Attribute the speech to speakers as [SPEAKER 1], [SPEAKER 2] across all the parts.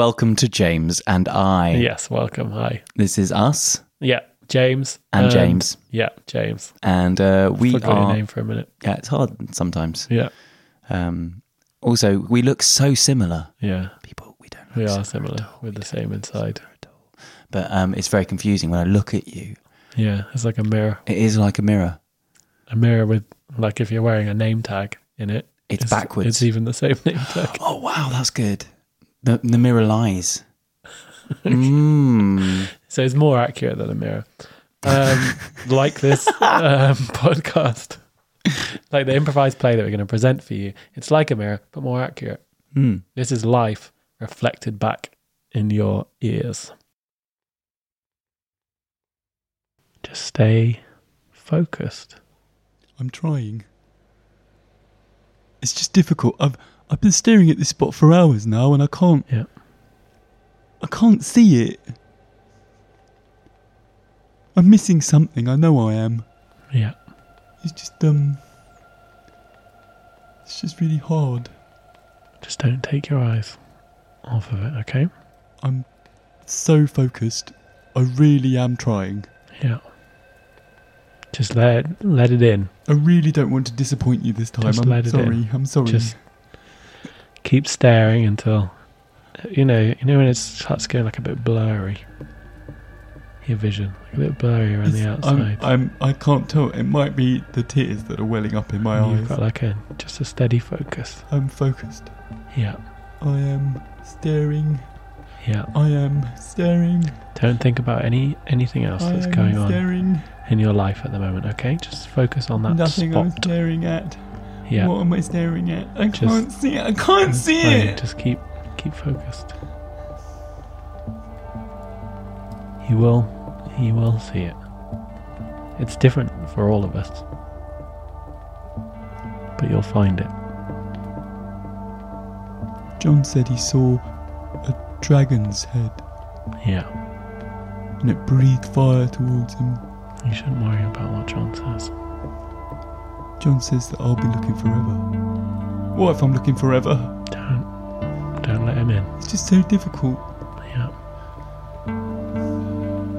[SPEAKER 1] Welcome to James and I.
[SPEAKER 2] Yes, welcome. Hi.
[SPEAKER 1] This is us
[SPEAKER 2] Yeah, James.
[SPEAKER 1] and
[SPEAKER 2] Um,
[SPEAKER 1] James,
[SPEAKER 2] Yeah, James.
[SPEAKER 1] and uh, we
[SPEAKER 2] Forgot your
[SPEAKER 1] are.
[SPEAKER 2] name for a minute.
[SPEAKER 1] Yeah, it's hard sometimes.
[SPEAKER 2] Yeah,
[SPEAKER 1] Um, also, we look so similar.
[SPEAKER 2] yeah.
[SPEAKER 1] People, we don't. Look
[SPEAKER 2] We are
[SPEAKER 1] similar at
[SPEAKER 2] similar
[SPEAKER 1] all.
[SPEAKER 2] with the same inside.
[SPEAKER 1] at all. But um, it's very confusing when I look at you.
[SPEAKER 2] Yeah, it's like a mirror.
[SPEAKER 1] It is like a mirror.
[SPEAKER 2] A mirror with, like, if you're wearing a name tag in it,
[SPEAKER 1] It's backwards.
[SPEAKER 2] It's even the same name tag.
[SPEAKER 1] Oh wow, that's good. The the mirror lies. Mm.
[SPEAKER 2] So it's more accurate than a mirror. Um, like this um, podcast, like the improvised play that we're going to present for you, it's like a mirror, but more accurate.
[SPEAKER 1] Mm.
[SPEAKER 2] This is life reflected back in your ears. Just stay focused.
[SPEAKER 3] I'm trying. It's just difficult. I've I've been staring at this spot for hours now, and I can't.
[SPEAKER 2] Yeah.
[SPEAKER 3] I can't see it. I'm missing something. I know I am.
[SPEAKER 2] Yeah.
[SPEAKER 3] It's just um. It's just really hard.
[SPEAKER 2] Just don't take your eyes off of it, okay?
[SPEAKER 3] I'm so focused. I really am trying.
[SPEAKER 2] Yeah. Just let let it in.
[SPEAKER 3] I really don't want to disappoint you this time.
[SPEAKER 2] Just
[SPEAKER 3] I'm
[SPEAKER 2] let it in.
[SPEAKER 3] sorry. I'm sorry.
[SPEAKER 2] Just keep staring until you know, you know when it starts getting like a bit blurry. Your vision. Like a bit blurry around the
[SPEAKER 3] It's- I'm-
[SPEAKER 2] outside.
[SPEAKER 3] I'm- I can't tell. It might be the tears that are welling up in my
[SPEAKER 2] You've
[SPEAKER 3] eyes.
[SPEAKER 2] got like a just a steady focus.
[SPEAKER 3] I'm focused.
[SPEAKER 2] Yeah.
[SPEAKER 3] I am staring.
[SPEAKER 2] Yeah.
[SPEAKER 3] I am staring.
[SPEAKER 2] Don't think about any anything else
[SPEAKER 3] I
[SPEAKER 2] that's
[SPEAKER 3] am
[SPEAKER 2] going on
[SPEAKER 3] staring.
[SPEAKER 2] in your life at the moment. Okay, just focus on that
[SPEAKER 3] Nothing I'm
[SPEAKER 2] spot.
[SPEAKER 3] staring at.
[SPEAKER 2] yeah,
[SPEAKER 3] What am I staring at? I
[SPEAKER 2] Just-
[SPEAKER 3] can't see it. I can't
[SPEAKER 2] It's
[SPEAKER 3] see
[SPEAKER 2] fine,
[SPEAKER 3] it.
[SPEAKER 2] Just keep keep focused. You will, you will see it. It's different for all of us, but you'll find it.
[SPEAKER 3] John said he saw a dragon's head
[SPEAKER 2] Yeah,
[SPEAKER 3] and it breathed fire towards him.
[SPEAKER 2] you shouldn't worry about what John says.
[SPEAKER 3] John says that I'll be looking forever. What if I'm looking forever?
[SPEAKER 2] Don't don't let him in.
[SPEAKER 3] It's just so difficult.
[SPEAKER 2] Yeah.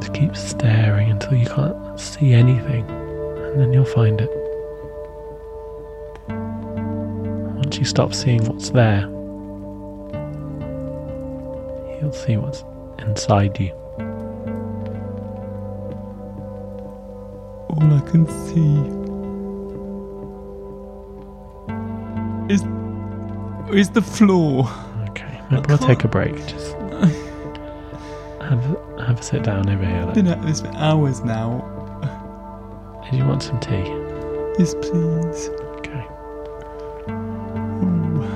[SPEAKER 2] Just keep staring until you can't see anything, and then you'll find it. Once you stop seeing what's there, you'll see what's inside you.
[SPEAKER 3] All I can see is is the floor.
[SPEAKER 2] Okay, maybe we'll take a break. Just have have a sit down over here.
[SPEAKER 3] I've
[SPEAKER 2] Like,
[SPEAKER 3] been at this for hours now.
[SPEAKER 2] do you want some tea?
[SPEAKER 3] Yes, please.
[SPEAKER 2] Okay.
[SPEAKER 3] Ooh.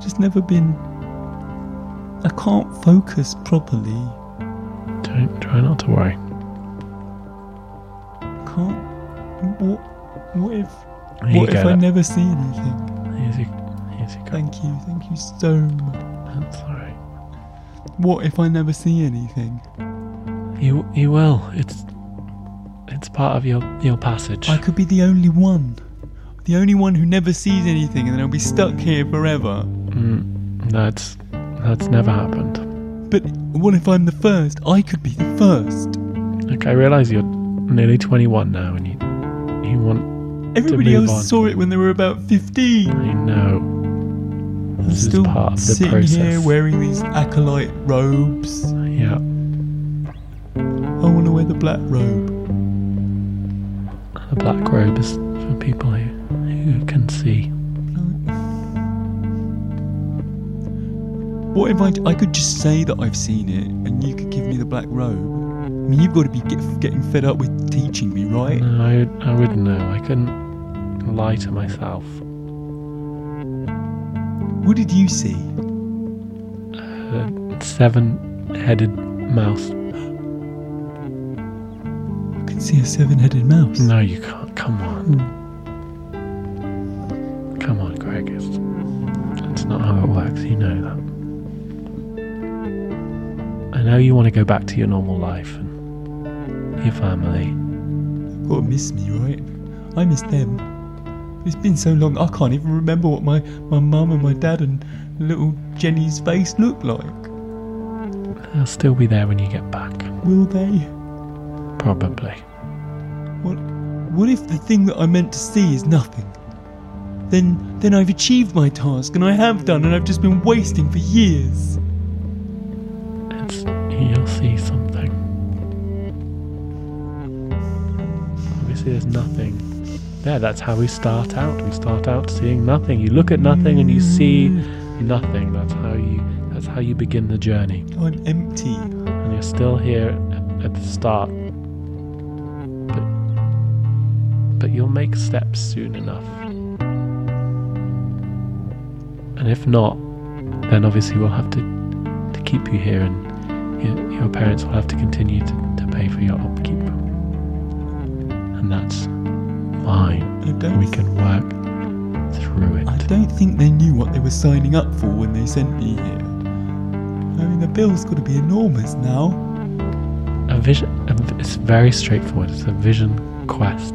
[SPEAKER 3] Just never been. I can't focus properly.
[SPEAKER 2] Don't try not to worry.
[SPEAKER 3] I can't. What? What if?
[SPEAKER 2] Here you
[SPEAKER 3] what if
[SPEAKER 2] go.
[SPEAKER 3] I
[SPEAKER 2] look.
[SPEAKER 3] never see anything?
[SPEAKER 2] Here's your, here's your cup.
[SPEAKER 3] Thank you. Thank you so much.
[SPEAKER 2] That's alright.
[SPEAKER 3] What if I never see anything?
[SPEAKER 2] You you will. It's it's part of your your passage.
[SPEAKER 3] I could be the only one. The only one who never sees anything, and then I'll be stuck here forever.
[SPEAKER 2] Mm, that's that's never happened.
[SPEAKER 3] But what if I'm the first? I could be the first.
[SPEAKER 2] Like I realize you're nearly 21 now, and you you want
[SPEAKER 3] Everybody
[SPEAKER 2] move
[SPEAKER 3] else
[SPEAKER 2] on.
[SPEAKER 3] saw it when they were about 15.
[SPEAKER 2] you know this
[SPEAKER 3] Still
[SPEAKER 2] is part of the
[SPEAKER 3] sitting
[SPEAKER 2] process.
[SPEAKER 3] here wearing these acolyte robes.
[SPEAKER 2] yeah,
[SPEAKER 3] I want to wear the black robe.
[SPEAKER 2] the black robe is for people who who can see.
[SPEAKER 3] What if I, I could just say that I've seen it and you could give me the black robe? I mean, you've got to be get, getting fed up with teaching me, right?
[SPEAKER 2] No, I would- I wouldn't know. I couldn't lie to myself.
[SPEAKER 3] What did you see?
[SPEAKER 2] A seven-headed mouse.
[SPEAKER 3] I can see a seven headed mouse.
[SPEAKER 2] No, you can't. Come on. Come on, Greg. It's, that's not how it works. You know that. I know you want to go back to your normal life and your family.
[SPEAKER 3] You've got to miss me, right? I miss them. It's been so long, I can't even remember what my, my mum and my dad and little Jenny's face looked like.
[SPEAKER 2] They'll still be there when you get back.
[SPEAKER 3] Will they?
[SPEAKER 2] Probably.
[SPEAKER 3] What, what if the thing that I meant to see is nothing? Then, then I've achieved my task, and I have done, and I've just been wasting for years.
[SPEAKER 2] It's, you'll see something. Obviously, there's nothing. Yeah, that's how we start out. We start out seeing nothing. You look at nothing and you see
[SPEAKER 3] Mm,
[SPEAKER 2] nothing. That's how you. That's how you begin the journey.
[SPEAKER 3] I'm empty.
[SPEAKER 2] And you're still here at, at the start. But but you'll make steps soon enough. And if not, then obviously we'll have to to keep you here, and your, your parents will have to continue to, to pay for your upkeep. And that's fine.
[SPEAKER 3] I don't.
[SPEAKER 2] We can work through
[SPEAKER 3] I
[SPEAKER 2] it.
[SPEAKER 3] don't think they knew what they were signing up for when they sent me here. I mean, the bill's got to be enormous now.
[SPEAKER 2] A vision. A, v- it's very straightforward. It's a vision quest.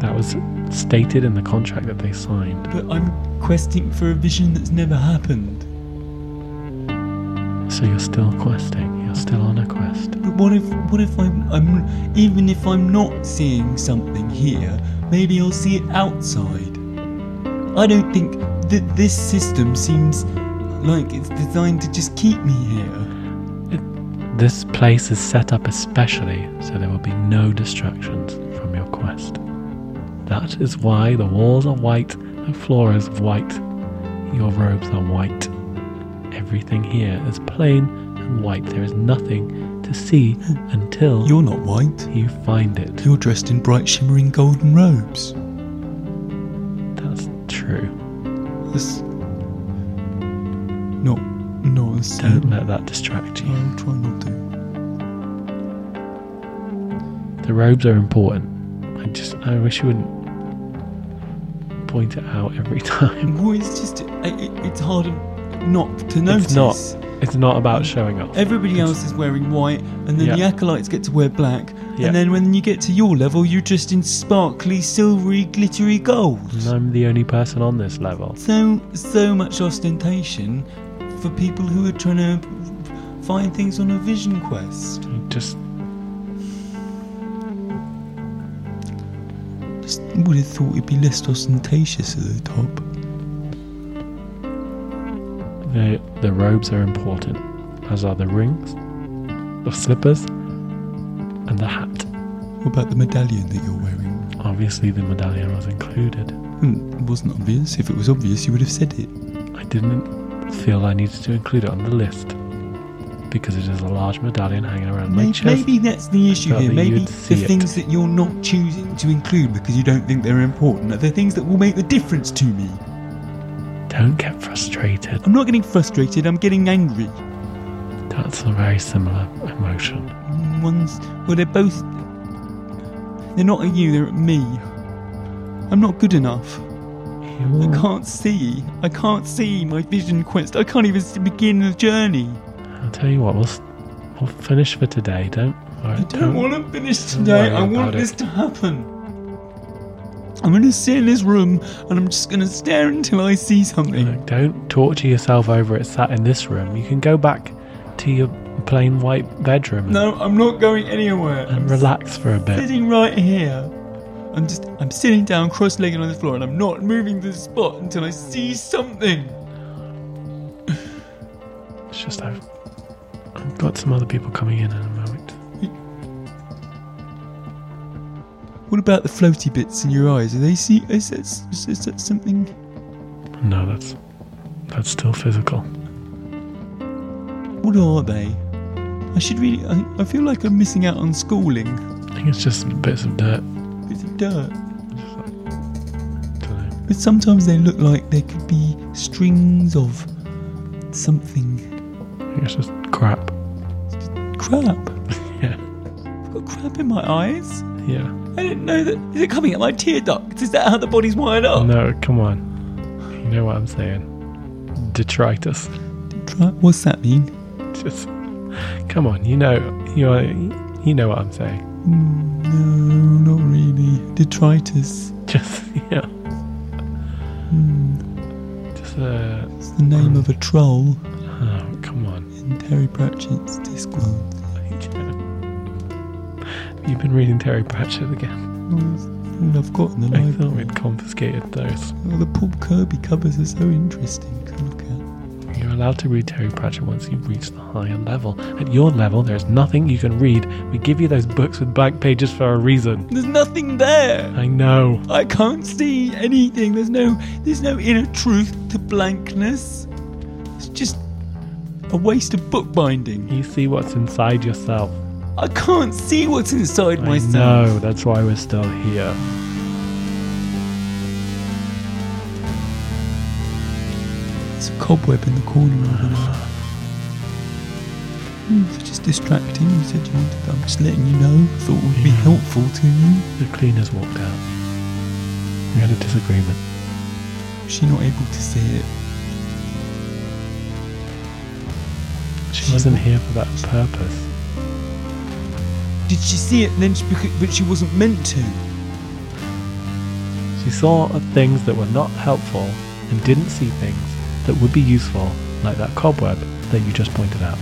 [SPEAKER 2] That was stated in the contract that they signed.
[SPEAKER 3] But I'm questing for a vision that's never happened.
[SPEAKER 2] So you're still questing. You're still on a quest.
[SPEAKER 3] But what if, what if I'm, I'm, even if I'm not seeing something here, maybe I'll see it outside. I don't think that this system seems like it's designed to just keep me here.
[SPEAKER 2] This place is set up especially so there will be no distractions from your quest. That is why the walls are white, the floor is white, your robes are white. Everything here is plain and white. There is nothing to see until
[SPEAKER 3] You're not white.
[SPEAKER 2] you find it.
[SPEAKER 3] You're dressed in bright, shimmering golden robes.
[SPEAKER 2] That's true.
[SPEAKER 3] That's not, not the same.
[SPEAKER 2] Don't let that distract you.
[SPEAKER 3] I'll try not to.
[SPEAKER 2] The robes are important. I just, I wish you wouldn't point it out every time.
[SPEAKER 3] Well, it's just, i i- it's hard not to notice.
[SPEAKER 2] It's not. It's not about showing off.
[SPEAKER 3] Everybody else is wearing white, and then
[SPEAKER 2] Yeah.
[SPEAKER 3] the acolytes get to wear black.
[SPEAKER 2] Yeah.
[SPEAKER 3] And then when you get to your level, you're dressed in sparkly, silvery, glittery gold.
[SPEAKER 2] And I'm the only person on this level.
[SPEAKER 3] So, so much ostentation for people who are trying to find things on a vision quest.
[SPEAKER 2] You Just
[SPEAKER 3] Just would have thought it'd be less ostentatious at the top.
[SPEAKER 2] the the robes are important, as are the rings, the slippers, and the hat.
[SPEAKER 3] What about the medallion that you're wearing?
[SPEAKER 2] Obviously, the medallion was included.
[SPEAKER 3] Hmm, It wasn't obvious. If it was obvious, you would have said it.
[SPEAKER 2] I didn't feel I needed to include it on the list because it is a large medallion hanging around my
[SPEAKER 3] Maybe,
[SPEAKER 2] chest.
[SPEAKER 3] maybe that's the issue
[SPEAKER 2] felt
[SPEAKER 3] here.
[SPEAKER 2] that
[SPEAKER 3] Maybe
[SPEAKER 2] you'd see
[SPEAKER 3] the
[SPEAKER 2] it.
[SPEAKER 3] things that you're not choosing to include because you don't think they're important are the things that will make the difference to me.
[SPEAKER 2] Don't get frustrated.
[SPEAKER 3] I'm not getting frustrated, I'm getting angry.
[SPEAKER 2] That's a very similar emotion.
[SPEAKER 3] One's. Well, they're both. They're not at you, they're at me. I'm not good enough. I
[SPEAKER 2] You
[SPEAKER 3] can't see. I can't see my vision quest. I can't even s- begin the journey.
[SPEAKER 2] I'll tell you what. We'll s- we'll finish for today. Don't. worry,
[SPEAKER 3] I don't want to finish
[SPEAKER 2] don't
[SPEAKER 3] today.
[SPEAKER 2] worry
[SPEAKER 3] I want
[SPEAKER 2] about it.
[SPEAKER 3] this to happen. I'm going to sit in this room and I'm just going to stare until I see something.
[SPEAKER 2] Look, don't torture yourself over it sat in this room. You can go back to your plain white bedroom and,
[SPEAKER 3] No, I'm not going anywhere.
[SPEAKER 2] and
[SPEAKER 3] I'm
[SPEAKER 2] relax for a bit.
[SPEAKER 3] sitting right here. I'm just, I'm sitting down cross-legged on the floor and I'm not moving the spot until I see something.
[SPEAKER 2] It's just I've, I've got some other people coming in in a moment.
[SPEAKER 3] What about the floaty bits in your eyes? Are they see? Is that, is, is that something?
[SPEAKER 2] No, that's that's still physical.
[SPEAKER 3] What are they? I should really. I, I feel like I'm missing out on schooling.
[SPEAKER 2] I think it's just bits of dirt.
[SPEAKER 3] Bits of dirt.
[SPEAKER 2] Just like, don't know.
[SPEAKER 3] But sometimes they look like they could be strings of something.
[SPEAKER 2] I think it's just crap.
[SPEAKER 3] Crap.
[SPEAKER 2] Yeah,
[SPEAKER 3] I've got crap in my eyes.
[SPEAKER 2] yeah.
[SPEAKER 3] I didn't know that. Is it coming out my tear ducts? Is that how the body's wired up?
[SPEAKER 2] No, come on. You know what I'm saying? Detritus.
[SPEAKER 3] Crap. What's that mean?
[SPEAKER 2] Just come on. You know you are, you know what I'm saying.
[SPEAKER 3] Hmm, Mm, no, not really. Detritus. Hmm,
[SPEAKER 2] Just yeah. the.
[SPEAKER 3] It's the name of a troll
[SPEAKER 2] uh, Oh, come on.
[SPEAKER 3] in Terry Pratchett's Discworld.
[SPEAKER 2] You've been reading Terry Pratchett again.
[SPEAKER 3] Oh, I've got in the
[SPEAKER 2] I thought
[SPEAKER 3] library.
[SPEAKER 2] we'd confiscated those.
[SPEAKER 3] Well, the Paul Kirby covers are so interesting to look at.
[SPEAKER 2] You're allowed to read Terry Pratchett once you've reached the higher level. At your level, there's nothing you can read. We give you those books with blank pages for a reason.
[SPEAKER 3] There's nothing there.
[SPEAKER 2] I know.
[SPEAKER 3] I can't see anything. There's no there's no inner truth to blankness. It's just a waste of bookbinding.
[SPEAKER 2] You see what's inside yourself.
[SPEAKER 3] I can't see what's inside
[SPEAKER 2] I
[SPEAKER 3] myself.
[SPEAKER 2] know. That's why we're still here.
[SPEAKER 3] It's a cobweb in the corner over there. Hmm, It's just distracting. You said you wanted. I'm just letting you know. I thought it would be
[SPEAKER 2] Yeah.
[SPEAKER 3] helpful to you.
[SPEAKER 2] The cleaners walked out. We had a disagreement.
[SPEAKER 3] Was she not able to see it?
[SPEAKER 2] She wasn't here for that purpose.
[SPEAKER 3] Did she see it? And then, she, becau- but she wasn't meant to.
[SPEAKER 2] She saw things that were not helpful and didn't see things that would be useful, like that cobweb that you just pointed out.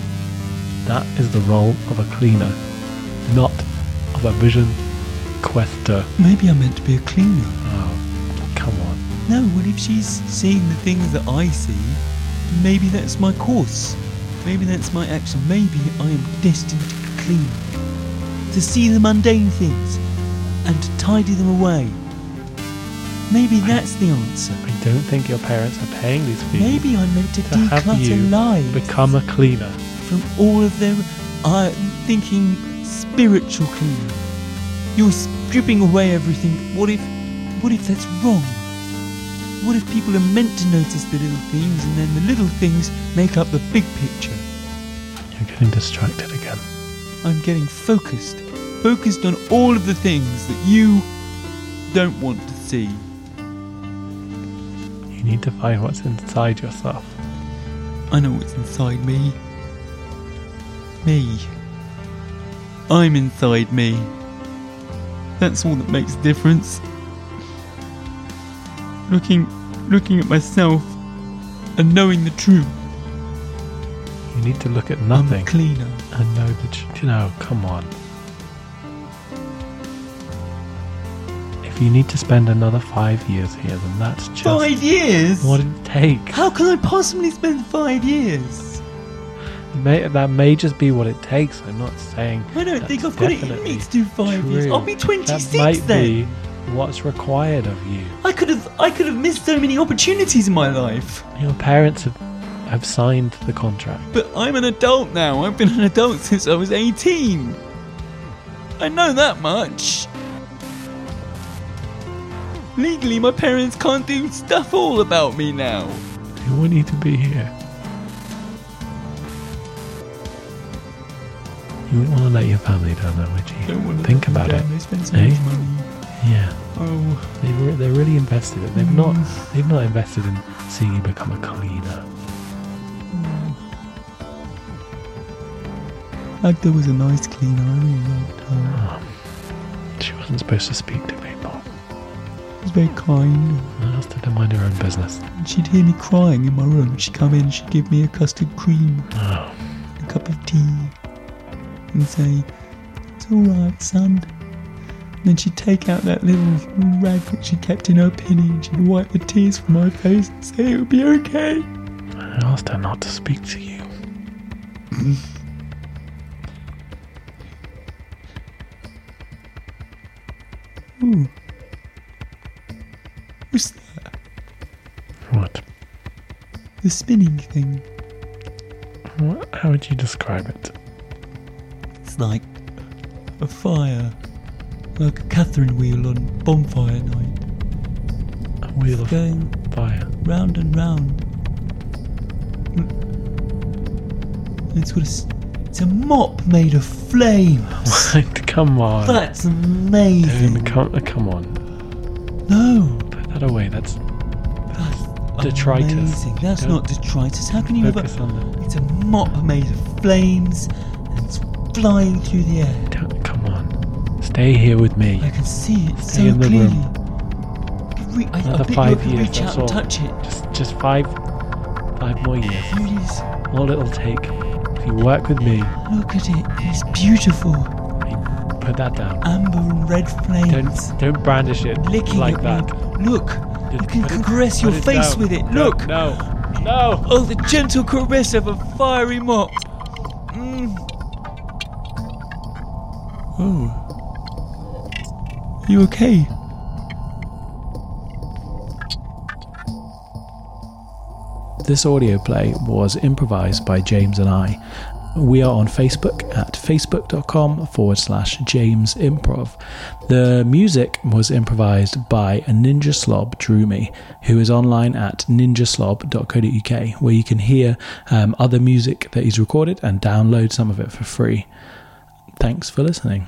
[SPEAKER 2] That is the role of a cleaner, not of a vision quester.
[SPEAKER 3] Maybe I'm meant to be a cleaner.
[SPEAKER 2] Oh, come on.
[SPEAKER 3] No, what if she's seeing the things that I see? Maybe that's my course. Maybe that's my action. Maybe I am destined to clean. To see the mundane things and to tidy them away. Maybe that's the answer.
[SPEAKER 2] I don't think your parents are paying these fees.
[SPEAKER 3] Maybe I'm meant to,
[SPEAKER 2] to have you
[SPEAKER 3] declutter lives
[SPEAKER 2] become a cleaner.
[SPEAKER 3] from all of them. I'm thinking spiritual cleaning. You're stripping away everything. What if, what if that's wrong? What if people are meant to notice the little things and then the little things make up the big picture?
[SPEAKER 2] You're getting distracted again.
[SPEAKER 3] I'm getting focused. Focused on all of the things that you don't want to see.
[SPEAKER 2] You need to find what's inside yourself.
[SPEAKER 3] I know what's inside me. Me. I'm inside me. That's all that makes a difference. Looking looking at myself and knowing the truth.
[SPEAKER 2] You need to look at
[SPEAKER 3] I'm
[SPEAKER 2] nothing
[SPEAKER 3] cleaner.
[SPEAKER 2] and know that you- you know. Come on. If you need to spend another five years here, then that's just
[SPEAKER 3] Five years?
[SPEAKER 2] what it takes.
[SPEAKER 3] How can I possibly spend five years?
[SPEAKER 2] May, that may just be what it takes. I'm not saying.
[SPEAKER 3] I don't think
[SPEAKER 2] that's
[SPEAKER 3] I've got it in
[SPEAKER 2] definitely
[SPEAKER 3] me to do five years.
[SPEAKER 2] true.
[SPEAKER 3] I'll be twenty
[SPEAKER 2] That
[SPEAKER 3] six
[SPEAKER 2] might
[SPEAKER 3] then.
[SPEAKER 2] be what's required of you.
[SPEAKER 3] I could have I could have missed so many opportunities in my life.
[SPEAKER 2] Your parents have, have signed the contract.
[SPEAKER 3] But I'm an adult now. I've been an adult since I was 18. I know that much. Legally, my parents can't do stuff all about me now.
[SPEAKER 2] They want you to be here. You wouldn't want to let your family down, though, would you?
[SPEAKER 3] Don't wanna
[SPEAKER 2] Think
[SPEAKER 3] let them
[SPEAKER 2] about it.
[SPEAKER 3] down. They spend so
[SPEAKER 2] eh?
[SPEAKER 3] much money.
[SPEAKER 2] Yeah.
[SPEAKER 3] Oh,
[SPEAKER 2] They re- they're really invested. In, they've not they've not invested in seeing you become a cleaner.
[SPEAKER 3] Agda was a nice cleaner. I really liked her.
[SPEAKER 2] She wasn't supposed to speak to people.
[SPEAKER 3] She was very kind.
[SPEAKER 2] I asked her to mind her own business.
[SPEAKER 3] And she'd hear me crying in my room. She'd come in, she'd give me a custard cream,
[SPEAKER 2] Oh,
[SPEAKER 3] a cup of tea, and say, It's alright, son. And then she'd take out that little rag that she kept in her pinny and she'd wipe the tears from my face and say it'll be okay.
[SPEAKER 2] I asked her not to speak to you.
[SPEAKER 3] Ooh. What's that?
[SPEAKER 2] What?
[SPEAKER 3] The spinning thing.
[SPEAKER 2] what? How would you describe it?
[SPEAKER 3] It's like a fire. Like a Catherine wheel on bonfire night.
[SPEAKER 2] A wheel of
[SPEAKER 3] Going
[SPEAKER 2] fire.
[SPEAKER 3] round and round. And It's got a, s- it's a mop made of flames.
[SPEAKER 2] What? come on.
[SPEAKER 3] That's
[SPEAKER 2] Dude,
[SPEAKER 3] amazing.
[SPEAKER 2] come, come on.
[SPEAKER 3] No,
[SPEAKER 2] Put that away. That's
[SPEAKER 3] that's
[SPEAKER 2] Detritus.
[SPEAKER 3] Amazing. That's
[SPEAKER 2] Don't-
[SPEAKER 3] not detritus. How can you
[SPEAKER 2] focus
[SPEAKER 3] ever?
[SPEAKER 2] on that.
[SPEAKER 3] It's a mop made of flames, and it's flying through the air.
[SPEAKER 2] Don't, come on. Stay here with me.
[SPEAKER 3] I can see it
[SPEAKER 2] Stay
[SPEAKER 3] so
[SPEAKER 2] in the
[SPEAKER 3] clearly.
[SPEAKER 2] room.
[SPEAKER 3] I could re- I, I
[SPEAKER 2] Another
[SPEAKER 3] bet you I
[SPEAKER 2] five
[SPEAKER 3] could
[SPEAKER 2] years.
[SPEAKER 3] reach
[SPEAKER 2] That's
[SPEAKER 3] out and
[SPEAKER 2] all.
[SPEAKER 3] touch it.
[SPEAKER 2] Just, just five five more years.
[SPEAKER 3] Judas,
[SPEAKER 2] All it'll take, if you work with me,
[SPEAKER 3] look at it. It's beautiful.
[SPEAKER 2] put that down.
[SPEAKER 3] Amber and red flames.
[SPEAKER 2] Don't don't brandish it
[SPEAKER 3] Licking
[SPEAKER 2] like
[SPEAKER 3] at
[SPEAKER 2] that.
[SPEAKER 3] me. Look.
[SPEAKER 2] Just
[SPEAKER 3] you can
[SPEAKER 2] put it-
[SPEAKER 3] caress your
[SPEAKER 2] put it
[SPEAKER 3] face
[SPEAKER 2] down.
[SPEAKER 3] with it.
[SPEAKER 2] No,
[SPEAKER 3] Look.
[SPEAKER 2] No. No.
[SPEAKER 3] Oh, the gentle caress of a fiery mop. Mm. Oh. You okay?
[SPEAKER 2] This audio play was improvised by James and I. We are on Facebook at facebook.com forward slash James Improv. The music was improvised by a Ninja Slob Droomy, who is online at ninjaslob.co.uk, where you can hear um, other music that he's recorded and download some of it for free. Thanks for listening.